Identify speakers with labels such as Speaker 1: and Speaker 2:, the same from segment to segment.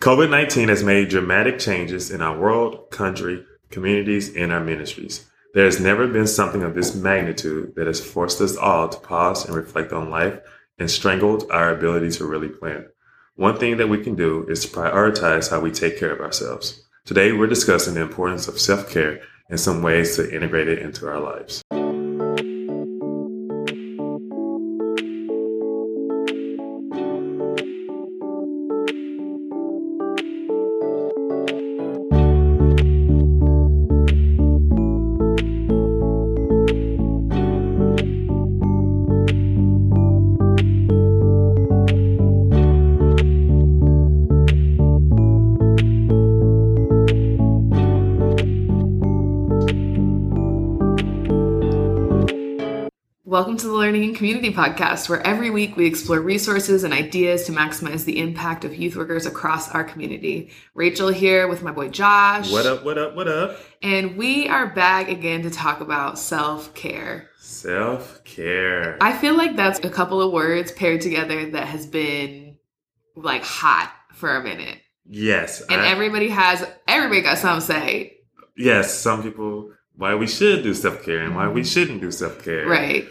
Speaker 1: COVID 19 has made dramatic changes in our world, country, communities, and our ministries. There has never been something of this magnitude that has forced us all to pause and reflect on life and strangled our ability to really plan. One thing that we can do is to prioritize how we take care of ourselves. Today, we're discussing the importance of self care and some ways to integrate it into our lives.
Speaker 2: Welcome to the Learning and Community Podcast, where every week we explore resources and ideas to maximize the impact of youth workers across our community. Rachel here with my boy Josh.
Speaker 1: What up, what up, what up?
Speaker 2: And we are back again to talk about self care.
Speaker 1: Self care.
Speaker 2: I feel like that's a couple of words paired together that has been like hot for a minute.
Speaker 1: Yes.
Speaker 2: And
Speaker 1: I-
Speaker 2: everybody has, everybody got something to say,
Speaker 1: yes, some people, why we should do self care and why we shouldn't do self care.
Speaker 2: Mm-hmm. right?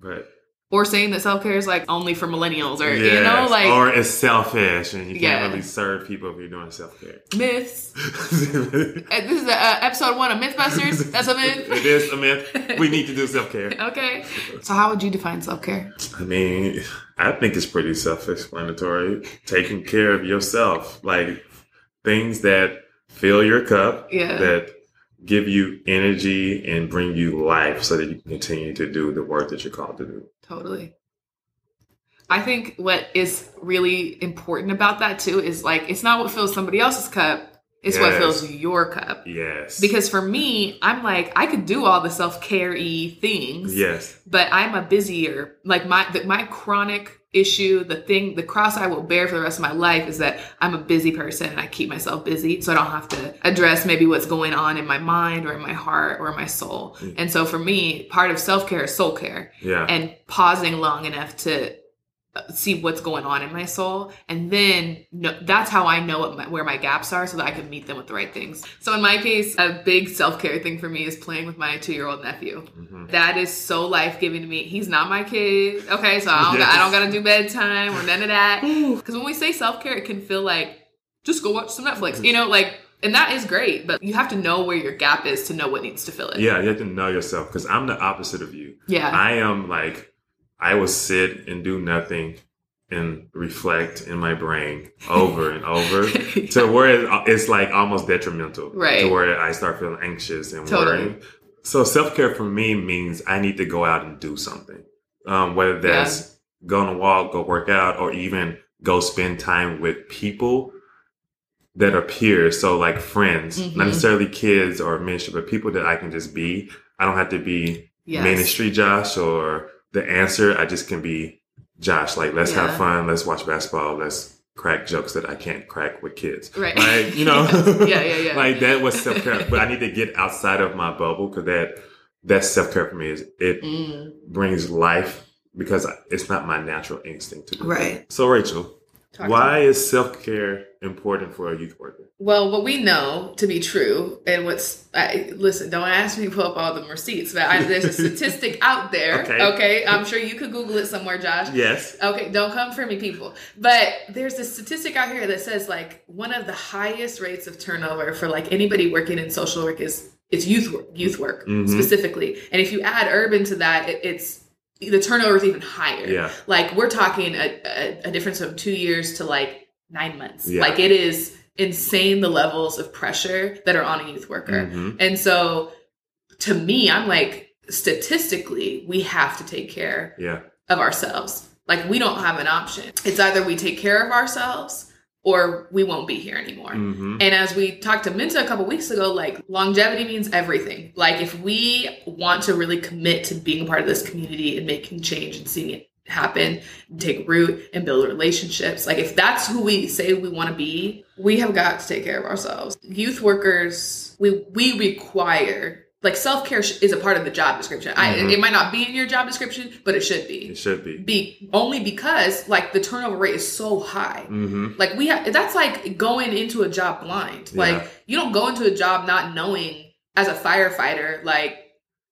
Speaker 1: But
Speaker 2: Or saying that self care is like only for millennials or, you know,
Speaker 1: Yes,
Speaker 2: like
Speaker 1: or it's selfish and you
Speaker 2: Yeah.
Speaker 1: can't really serve people if you're doing self care.
Speaker 2: myths. Uh, This is uh, episode one of Mythbusters. That's a myth.
Speaker 1: it is a myth. We need to do self care.
Speaker 2: Okay. So, how would you define self care?
Speaker 1: I mean, I think it's pretty self-explanatory. Taking care of yourself, like things that fill your cup,
Speaker 2: Yeah.
Speaker 1: that give you energy and bring you life, so that you can continue to do the work that you're called to do.
Speaker 2: Totally. I think what is really important about that too is like it's not what fills somebody else's cup, it's what
Speaker 1: Yes.
Speaker 2: fills your cup.
Speaker 1: Yes.
Speaker 2: Because for me, I'm like I could do all the self care things,
Speaker 1: yes,
Speaker 2: but I'm a busier. Like my the, my chronic issue, the thing, the cross I will bear for the rest of my life is that I'm a busy person and I keep myself busy, so I don't have to address maybe what's going on in my mind or in my heart or in my soul.
Speaker 1: Mm.
Speaker 2: And so for me, part of self care is soul care
Speaker 1: yeah,
Speaker 2: and pausing long enough to uh, see what's going on in my soul and then no, that's how i know what my, where my gaps are so that i can meet them with the right things so in my case a big self-care thing for me is playing with my two-year-old nephew
Speaker 1: hmm
Speaker 2: that is so life giving to me. He's not my kid. Okay, so I don't,
Speaker 1: Yes.
Speaker 2: I don't gotta do bedtime or none of that. Because when we say self care, it can feel like just go watch some
Speaker 1: Mm-hmm.
Speaker 2: Netflix, you know, like, and that is great, but you have to know where your gap is to know what needs to fill it.
Speaker 1: yeah. You have to know yourself because I'm the opposite of you.
Speaker 2: Yeah.
Speaker 1: I am like, I will sit and do nothing and reflect in my brain over and over to where it- it's like almost detrimental.
Speaker 2: Right.
Speaker 1: To where I start feeling anxious and
Speaker 2: Totally.
Speaker 1: worrying. So self care for me means I need to go out and do something, um, whether that's go on a walk, go work out, or even go spend time with people that are peers. So like friends,
Speaker 2: Mhm.
Speaker 1: not necessarily kids or ministry, but people that I can just be. I don't have to be
Speaker 2: Yes.
Speaker 1: ministry Josh or the answer. I just can be Josh. Like, let's
Speaker 2: Yeah.
Speaker 1: have fun. Let's watch basketball. Let's crack jokes that I can't crack with kids.
Speaker 2: Right.
Speaker 1: Like, you know,
Speaker 2: Yeah, yeah, yeah.
Speaker 1: like that was self care. but I need to get outside of my bubble because that that's self care for me. Is it
Speaker 2: Mm,
Speaker 1: brings life because I- it's not my natural instinct to do.
Speaker 2: right.
Speaker 1: So Rachel,
Speaker 2: Talk to
Speaker 1: why is self care important for a youth worker?
Speaker 2: Well, what we know to be true, and what's I, listen, don't ask me to pull up all the receipts, but I, there's a statistic out there.
Speaker 1: Okay.
Speaker 2: okay, I'm sure you could Google it somewhere, Josh.
Speaker 1: Yes.
Speaker 2: Okay, don't come for me, people. But there's this statistic out here that says like one of the highest rates of turnover for like anybody working in social work is it's youth work, youth work
Speaker 1: Mhm.
Speaker 2: specifically. And if you add urban to that, it, it's the turnover is even higher.
Speaker 1: Yeah.
Speaker 2: Like we're talking a, a, a difference of two years to like nine months.
Speaker 1: Yeah.
Speaker 2: Like it is insane the levels of pressure that are on a youth worker.
Speaker 1: Mhm.
Speaker 2: And so to me, I'm like statistically, we have to take care
Speaker 1: Yeah.
Speaker 2: of ourselves. Like we don't have an option. It's either we take care of ourselves or we won't be here anymore.
Speaker 1: hmm
Speaker 2: And as we talked to Minta a couple weeks ago, like longevity means everything. Like if we want to really commit to being a part of this community and making change and seeing it happen, take root and build relationships, like if that's who we say we want to be, we have got to take care of ourselves. Youth workers, we we require like self care sh- is a part of the job description.
Speaker 1: Mhm.
Speaker 2: I, it might not be in your job description, but it should be.
Speaker 1: It should be.
Speaker 2: Be only because like the turnover rate is so high.
Speaker 1: Mm-hmm.
Speaker 2: Like we have that's like going into a job blind.
Speaker 1: Yeah.
Speaker 2: Like you don't go into a job not knowing as a firefighter like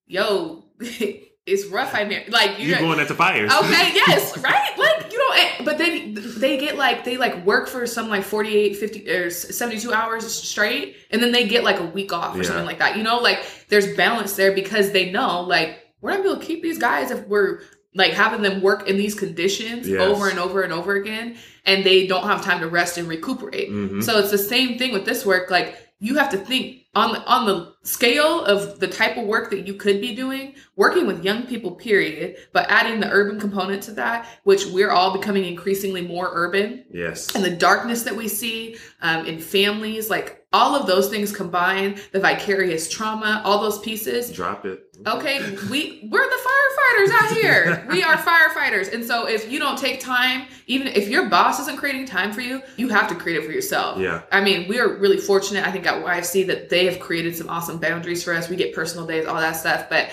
Speaker 2: yo it's rough I mean like
Speaker 1: You're going at the fires.
Speaker 2: Okay, yes, right? Like, you don't, but then they get like, they like work for some like 48, 50, or 72 hours straight, and then they get like a week off or
Speaker 1: Yeah.
Speaker 2: something like that. You know, like there's balance there because they know, like, we're not going to keep these guys if we're like having them work in these conditions
Speaker 1: Yes.
Speaker 2: over and over and over again, and they don't have time to rest and recuperate.
Speaker 1: Mhm.
Speaker 2: So it's the same thing with this work. Like you have to think on the, on the scale of the type of work that you could be doing, working with young people, period. But adding the urban component to that, which we're all becoming increasingly more urban,
Speaker 1: Yes.
Speaker 2: and the darkness that we see um, in families, like all of those things combined, the vicarious trauma, all those pieces,
Speaker 1: Drop it.
Speaker 2: Okay, we we're the firefighters out here. We are firefighters. And so if you don't take time, even if your boss isn't creating time for you, you have to create it for yourself.
Speaker 1: Yeah.
Speaker 2: I mean, we are really fortunate I think at YFC that they have created some awesome boundaries for us. We get personal days, all that stuff, but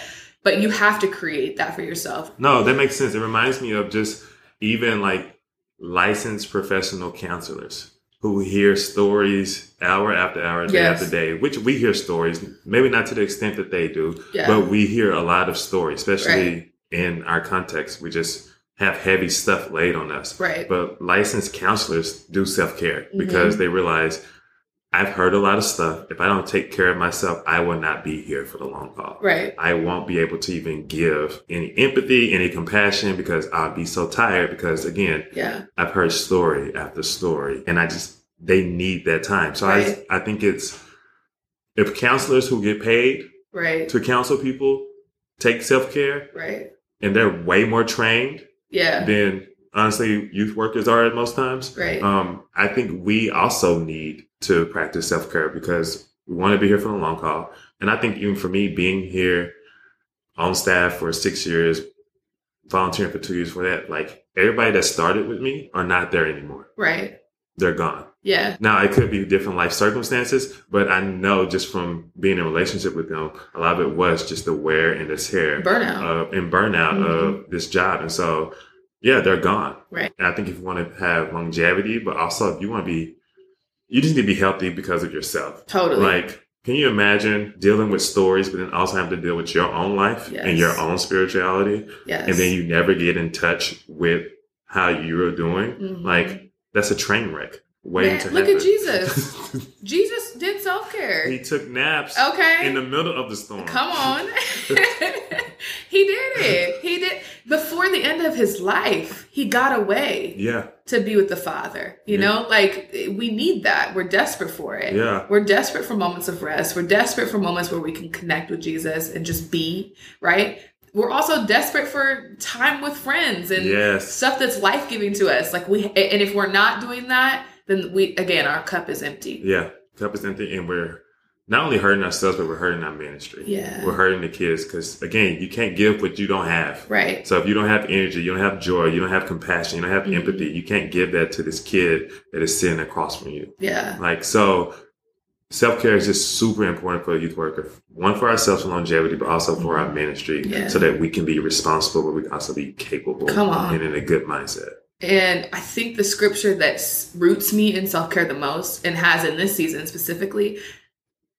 Speaker 2: but you have to create that for yourself.
Speaker 1: No, that makes sense. It reminds me of just even like licensed professional counselors who hear stories hour after hour, day
Speaker 2: Yes.
Speaker 1: after day, which we hear stories, maybe not to the extent that they do,
Speaker 2: Yeah.
Speaker 1: but we hear a lot of stories, especially in our context. We just have heavy stuff laid on us.
Speaker 2: right.
Speaker 1: But licensed counselors do self care
Speaker 2: Mm-hmm.
Speaker 1: because they realize I've heard a lot of stuff. If I don't take care of myself, I will not be here for the long haul.
Speaker 2: right.
Speaker 1: I won't be able to even give any empathy, any compassion because I'll be so tired. Because again,
Speaker 2: Yeah.
Speaker 1: I've heard story after story, and I just they need that time. So
Speaker 2: Right.
Speaker 1: I I think it's if counselors who get paid
Speaker 2: Right.
Speaker 1: to counsel people take self care,
Speaker 2: Right.
Speaker 1: and they're way more trained
Speaker 2: Yeah.
Speaker 1: than honestly youth workers are at most times.
Speaker 2: Right.
Speaker 1: Um, I think we also need to practice self care because we want to be here for the long haul. And I think even for me, being here on staff for six years, volunteering for two years for that, like everybody that started with me are not there anymore.
Speaker 2: right.
Speaker 1: They're gone.
Speaker 2: Yeah.
Speaker 1: Now it could be different life circumstances, but I know just from being in a relationship with them, a lot of it was just the wear and the tear
Speaker 2: Burnout.
Speaker 1: uh, and burnout of this job. And so, yeah, they're gone.
Speaker 2: Mm-hmm. Right.
Speaker 1: And I think if you want to have longevity, but also if you want to be, you just need to be healthy because of yourself.
Speaker 2: totally.
Speaker 1: Like, can you imagine dealing with stories, but then also having to deal with your own life and your
Speaker 2: Yes.
Speaker 1: own spirituality?
Speaker 2: yes.
Speaker 1: And then you never get in touch with how you're doing.
Speaker 2: Mhm.
Speaker 1: Like, that's a train wreck waiting
Speaker 2: Man,
Speaker 1: to
Speaker 2: look
Speaker 1: happen.
Speaker 2: at Jesus. Jesus did self care.
Speaker 1: he took naps
Speaker 2: Okay.
Speaker 1: in the middle of the storm.
Speaker 2: Come on. he did it. He did before the end of his life, he got away
Speaker 1: Yeah.
Speaker 2: to be with the Father. You
Speaker 1: Yeah.
Speaker 2: know, like we need that. We're desperate for it.
Speaker 1: Yeah.
Speaker 2: We're desperate for moments of rest. We're desperate for moments where we can connect with Jesus and just be, right? We're also desperate for time with friends and
Speaker 1: Yes.
Speaker 2: stuff that's life-giving to us. Like we and if we're not doing that, then we again our cup is empty.
Speaker 1: Yeah, cup is empty, and we're not only hurting ourselves, but we're hurting our ministry.
Speaker 2: Yeah.
Speaker 1: we're hurting the kids because again, you can't give what you don't have.
Speaker 2: Right.
Speaker 1: So if you don't have energy, you don't have joy, you don't have compassion, you don't have
Speaker 2: Mhm.
Speaker 1: empathy, you can't give that to this kid that is sitting across from you.
Speaker 2: Yeah.
Speaker 1: Like so, self care is just super important for a youth worker. One for ourselves for longevity, but also for our ministry,
Speaker 2: Mm-hmm. Yeah.
Speaker 1: so that we can be responsible, but we can also be capable
Speaker 2: Come on.
Speaker 1: and in a good mindset.
Speaker 2: And I think the scripture that s- roots me in self care the most and has in this season specifically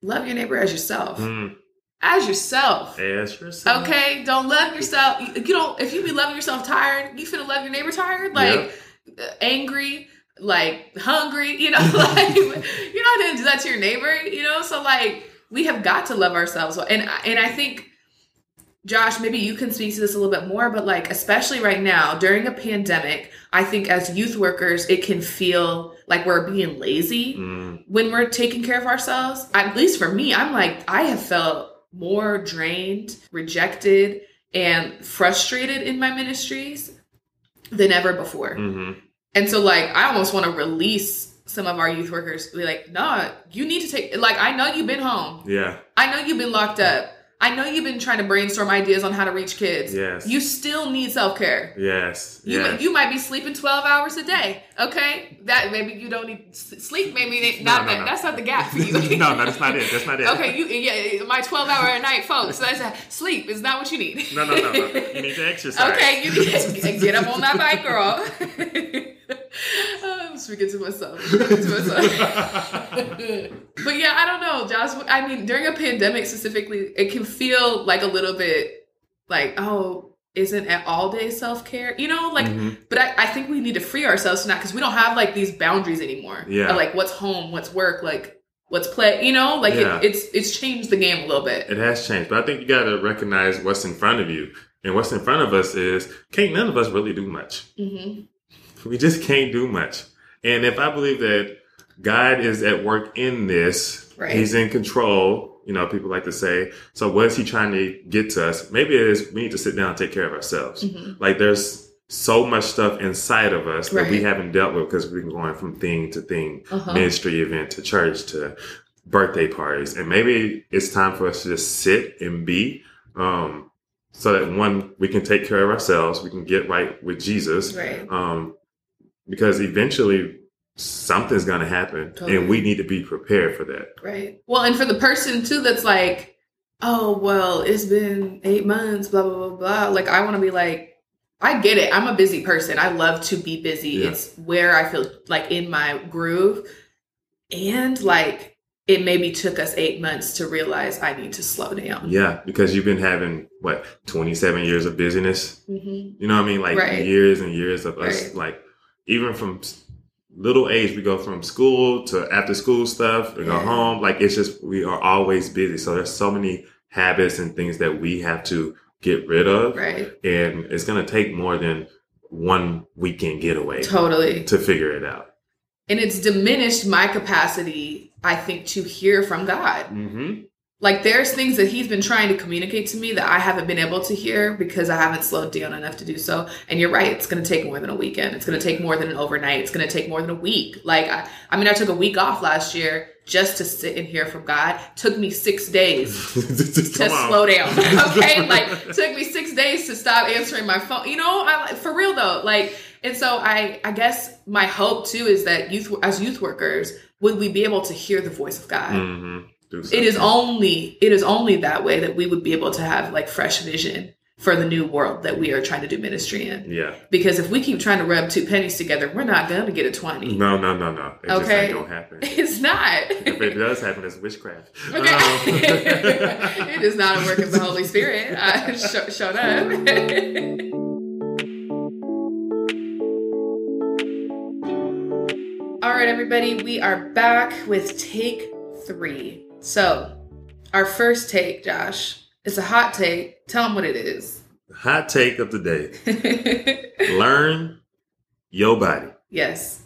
Speaker 2: love your neighbor as yourself.
Speaker 1: Mm,
Speaker 2: As yourself.
Speaker 1: ask yourself.
Speaker 2: Okay? Don't love yourself. You you don't, if you be loving yourself tired, you finna love your neighbor tired? Like uh, angry, like hungry, you know? like you're not gonna do that to your neighbor, you know? So, like, we have got to love ourselves. And, I- and I think. Josh, maybe you can speak to this a little bit more, but like, especially right now during a pandemic, I think as youth workers, it can feel like we're being lazy
Speaker 1: Mm,
Speaker 2: when we're taking care of ourselves. At least for me, I'm like, I have felt more drained, rejected, and frustrated in my ministries than ever before.
Speaker 1: hmm
Speaker 2: And so, like, I almost want to release some of our youth workers, be like, nah, you need to take, like, I know you've been home.
Speaker 1: Yeah.
Speaker 2: I know you've been locked up. I know you've been trying to brainstorm ideas on how to reach kids.
Speaker 1: Yes.
Speaker 2: You still need self care.
Speaker 1: yes.
Speaker 2: You,
Speaker 1: yes.
Speaker 2: you might be sleeping 12 hours a day. Okay. That maybe you don't need s- sleep. Maybe they- not,
Speaker 1: no,
Speaker 2: that,
Speaker 1: no.
Speaker 2: that's not the gap for you.
Speaker 1: no, no, that's not it. That's not it.
Speaker 2: Okay. You, yeah, my 12 hour a night, folks. That's a, sleep is not what you need.
Speaker 1: No, no, no, no. You need to exercise.
Speaker 2: Okay, you get, get up on that bike, girl. I'm speaking to myself. Speaking to myself. but yeah, I don't know, Josh. what- I mean, during a pandemic specifically, it can feel like a little bit like, oh, isn't it all day self care? You know, like,
Speaker 1: Mhm.
Speaker 2: but I, I think we need to free ourselves from that because we don't have like these boundaries anymore.
Speaker 1: Yeah.
Speaker 2: Of, like what's home, what's work, like what's play. You know, like
Speaker 1: Yeah.
Speaker 2: it, it's it's changed the game a little bit.
Speaker 1: It has changed, but I think you got to recognize what's in front of you. And what's in front of us is can't none of us really do much.
Speaker 2: hmm
Speaker 1: We just can't do much. And if I believe that God is at work in this,
Speaker 2: Right.
Speaker 1: He's in control. You know, people like to say. So, what is He trying to get to us? Maybe it is we need to sit down and take care of ourselves.
Speaker 2: hmm
Speaker 1: Like there's so much stuff inside of us that we
Speaker 2: Right.
Speaker 1: haven't dealt with because we've been going from thing to thing,
Speaker 2: Uh-huh.
Speaker 1: ministry event to church to birthday parties and maybe it's time for us to just sit and be um so that one we can take care of ourselves we can get right with jesus
Speaker 2: Right.
Speaker 1: um because eventually something's going to happen
Speaker 2: Totally.
Speaker 1: and we need to be prepared for that
Speaker 2: Right. Well, and for the person too that's like, oh, well, it's been eight months, blah, blah, blah, blah. Like, I want to be like, I get it. I'm a busy person. I love to be busy.
Speaker 1: Yeah.
Speaker 2: It's where I feel like in my groove. And like, it maybe took us eight months to realize I need to slow down.
Speaker 1: yeah because you've been having what 27 years of busyness
Speaker 2: Mm-hmm.
Speaker 1: You know what I mean? Like
Speaker 2: Right.
Speaker 1: years and years of us,
Speaker 2: Right.
Speaker 1: like even from s- little age, we go from school to after school stuff, we go
Speaker 2: Yeah.
Speaker 1: home. Like it's just, we are always busy. So there's so many habits and things that we have to get rid of.
Speaker 2: Right.
Speaker 1: And it's going to take more than one weekend getaway
Speaker 2: Totally.
Speaker 1: to figure it out.
Speaker 2: And it's diminished my capacity, I think, to hear from God.
Speaker 1: Mm-hmm.
Speaker 2: like there's things that he's been trying to communicate to me that I haven't been able to hear because I haven't slowed down enough to do so. And you're right, it's going to take more than a weekend. It's going to take more than an overnight. It's going to take more than a week. Like I, I mean, I took a week off last year just to sit and hear from God. Took me six days to
Speaker 1: Come on.
Speaker 2: slow down. Okay, like took me six days to stop answering my phone. You know, I, like, for real though, like, and so I, I guess my hope too is that youth, as youth workers, would we be able to hear the voice of God?
Speaker 1: Mhm. Do
Speaker 2: it is
Speaker 1: something.
Speaker 2: only it is only that way that we would be able to have like fresh vision for the new world that we are trying to do ministry in
Speaker 1: Yeah.
Speaker 2: because if we keep trying to rub two pennies together we're not going to get a 20
Speaker 1: No, no, no, no. It just
Speaker 2: Okay.
Speaker 1: ain't going to happen.
Speaker 2: it's not
Speaker 1: if it does happen, it's witchcraft.
Speaker 2: Okay.
Speaker 1: Um,
Speaker 2: it is not a work of the Holy Spirit. I sh- showed up. All right, everybody, we are back with take three. So, our first take, Josh, it's a hot take. Tell them what it is.
Speaker 1: Hot take of the day. Learn your body.
Speaker 2: yes,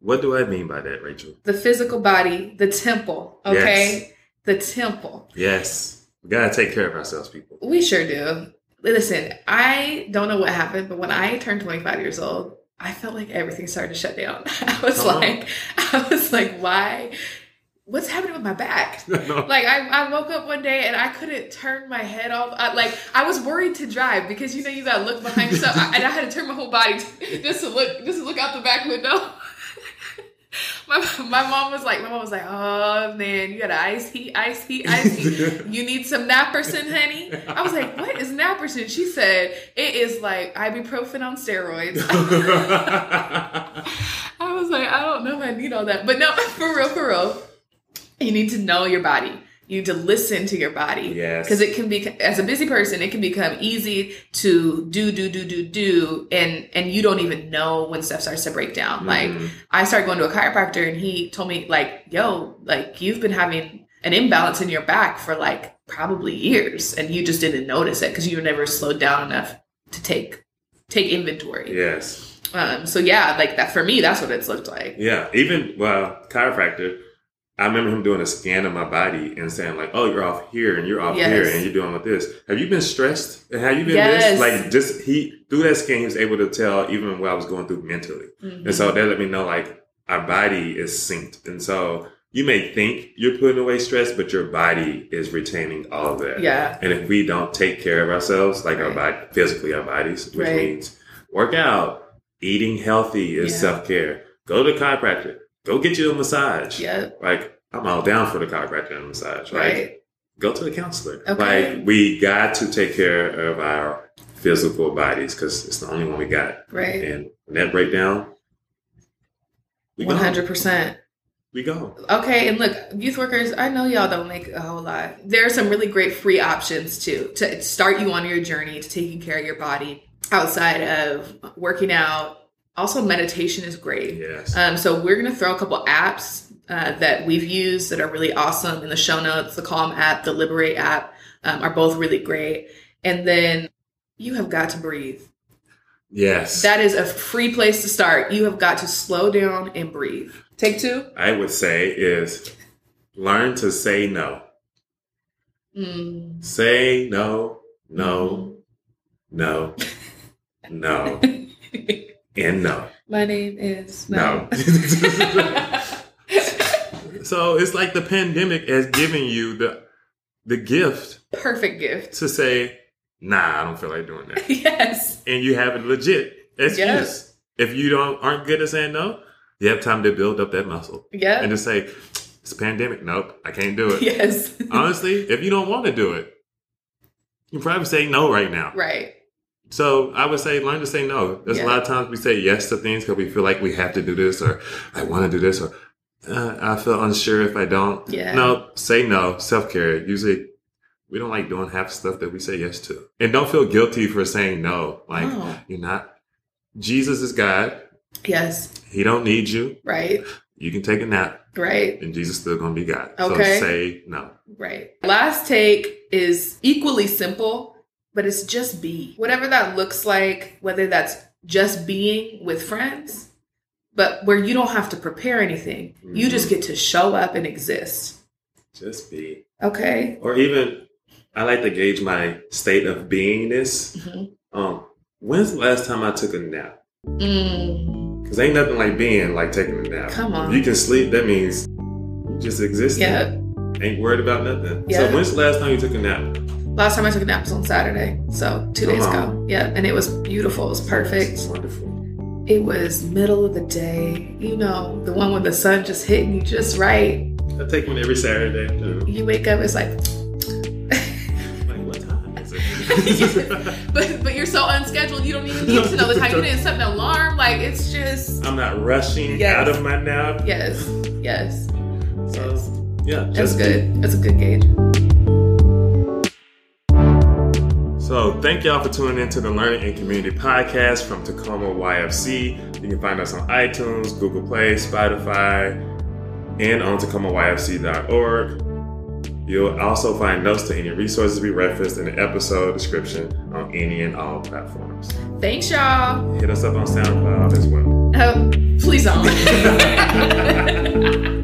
Speaker 1: What do I mean by that, Rachel?
Speaker 2: the physical body, the temple. Okay, the temple.
Speaker 1: Yes. We gotta take care of ourselves, people.
Speaker 2: We sure do. Listen, I don't know what happened, but when I turned 25 years old, I felt like everything started to shut down. I was
Speaker 1: Come on.
Speaker 2: like, I was like, why? What's happening with my back?
Speaker 1: No.
Speaker 2: Like I, I woke up one day and I couldn't turn my head off. I, like I was worried to drive because you know you gotta look behind yourself, I, and I had to turn my whole body just to look, just to look out the back window. my, my mom was like, my mom was like, oh man, you got an ice heat, ice heat, ice heat. You need some naperson, honey. I was like, what is naperson? She said it is like ibuprofen on steroids. I was like, I don't know if I need all that. But no, for real, for real, you need to know your body. You need to listen to your body.
Speaker 1: Yes.
Speaker 2: Because it can be, as a busy person, it can become easy to do, do, do, do, do, and and you don't even know when stuff starts to break down. Like
Speaker 1: Mhm.
Speaker 2: I started going to a chiropractor, and he told me like, "Yo, like you've been having an imbalance in your back for like probably years, and you just didn't notice it because you were never slowed down enough to take take inventory."
Speaker 1: Yes.
Speaker 2: Um, so yeah, like that for me, that's what it's looked like.
Speaker 1: Yeah. Even well, chiropractor, I remember him doing a scan of my body and saying, like, oh, you're off here and you're off
Speaker 2: Yes.
Speaker 1: here and you're doing with this. Have you been stressed? And have you been
Speaker 2: Yes.
Speaker 1: this? Like just he through that scan he was able to tell even what I was going through mentally.
Speaker 2: Mhm.
Speaker 1: And so that let me know like our body is synced. And so you may think you're putting away stress, but your body is retaining all of that.
Speaker 2: Mm-hmm. Yeah.
Speaker 1: And if we don't take care of ourselves, like our body,
Speaker 2: Right.
Speaker 1: physically our bodies, which
Speaker 2: Right.
Speaker 1: means work out, eating healthy is
Speaker 2: Yeah.
Speaker 1: self care. Go to the chiropractor. Go get you a massage.
Speaker 2: Yeah.
Speaker 1: Like I'm all down for the chiropractor and massage. Like
Speaker 2: Right.
Speaker 1: go to a counselor.
Speaker 2: Okay.
Speaker 1: Like we got to take care of our physical bodies because it's the only one we got.
Speaker 2: Right.
Speaker 1: And when that breakdown, we
Speaker 2: One
Speaker 1: go.
Speaker 2: hundred percent.
Speaker 1: We go.
Speaker 2: Okay, and look, youth workers, I know y'all don't make a whole lot. There are some really great free options too to start you on your journey to taking care of your body outside of working out. Also, meditation is great.
Speaker 1: Yes.
Speaker 2: Um, so we're gonna throw a couple apps uh, that we've used that are really awesome in the show notes. The Calm app, the Liberate app um, are both really great. And then you have got to breathe.
Speaker 1: yes.
Speaker 2: That is a free place to start. You have got to slow down and breathe. Take two.
Speaker 1: I would say is learn to say no.
Speaker 2: Mm.
Speaker 1: Say no, no, no, no, and no.
Speaker 2: My name is
Speaker 1: No. so it's like the pandemic has given you the the gift
Speaker 2: Perfect gift.
Speaker 1: to say, nah, I don't feel like doing that.
Speaker 2: Yes.
Speaker 1: and you have a legit excuse.
Speaker 2: Yes.
Speaker 1: If you don't aren't good at saying no, you have time to build up that muscle. And
Speaker 2: Yep.
Speaker 1: to say, it's a pandemic. Nope, I can't do it. Uh,
Speaker 2: Yes.
Speaker 1: Honestly, if you don't want to do it, you probably say no right now.
Speaker 2: right.
Speaker 1: So I would say learn to say no. There's
Speaker 2: Yeah.
Speaker 1: a lot of times we say yes to things because we feel like we have to do this or I want to do this or uh, I feel unsure if I don't.
Speaker 2: Yeah.
Speaker 1: No, say no. Self care. Usually, we don't like doing half stuff that we say yes to, and don't feel guilty for saying no. Like
Speaker 2: No.
Speaker 1: you're not. Jesus is God.
Speaker 2: Yes.
Speaker 1: He don't need you.
Speaker 2: Right.
Speaker 1: You can take a nap,
Speaker 2: Right.
Speaker 1: and Jesus still gonna be God.
Speaker 2: Okay.
Speaker 1: So say no.
Speaker 2: Right. Last take is equally simple, but it's just be. Whatever that looks like, whether that's just being with friends, but where you don't have to prepare anything, you just
Speaker 1: Mm-hmm.
Speaker 2: get to show up and exist.
Speaker 1: Just be.
Speaker 2: Okay.
Speaker 1: or even I like to gauge my state of beingness.
Speaker 2: Mhm.
Speaker 1: Um, when's the last time I took a nap?
Speaker 2: Mm,
Speaker 1: Because ain't nothing like being like taking a nap.
Speaker 2: come
Speaker 1: If
Speaker 2: on.
Speaker 1: you can sleep, that means you just existing.
Speaker 2: yeah.
Speaker 1: Ain't worried about nothing.
Speaker 2: Yeah.
Speaker 1: So when's the last time you took a nap?
Speaker 2: Last time I took a nap was on Saturday, so two days
Speaker 1: Come
Speaker 2: ago. Yeah, and it was beautiful. It was
Speaker 1: It's
Speaker 2: perfect.
Speaker 1: wonderful.
Speaker 2: It was middle of the day, you know, the one when the sun just hitting you just right.
Speaker 1: I take one every Saturday. Too.
Speaker 2: You wake up, it's like,
Speaker 1: Like what time is it?
Speaker 2: but but you're so unscheduled, you don't even need to know the time. You didn't set an alarm. Like it's just
Speaker 1: I'm not rushing
Speaker 2: Yes.
Speaker 1: out of my nap.
Speaker 2: yes, yes.
Speaker 1: So yeah,
Speaker 2: That's
Speaker 1: just
Speaker 2: good. That's a good gauge.
Speaker 1: So, thank y'all for tuning in to the Learning and Community Podcast from Tacoma YFC. You can find us on iTunes, Google Play, Spotify, and on tacomayfc.org. You'll also find notes to any resources we referenced in the episode description on any and all platforms.
Speaker 2: Thanks, y'all.
Speaker 1: Hit us up on SoundCloud as well.
Speaker 2: Um, please don't.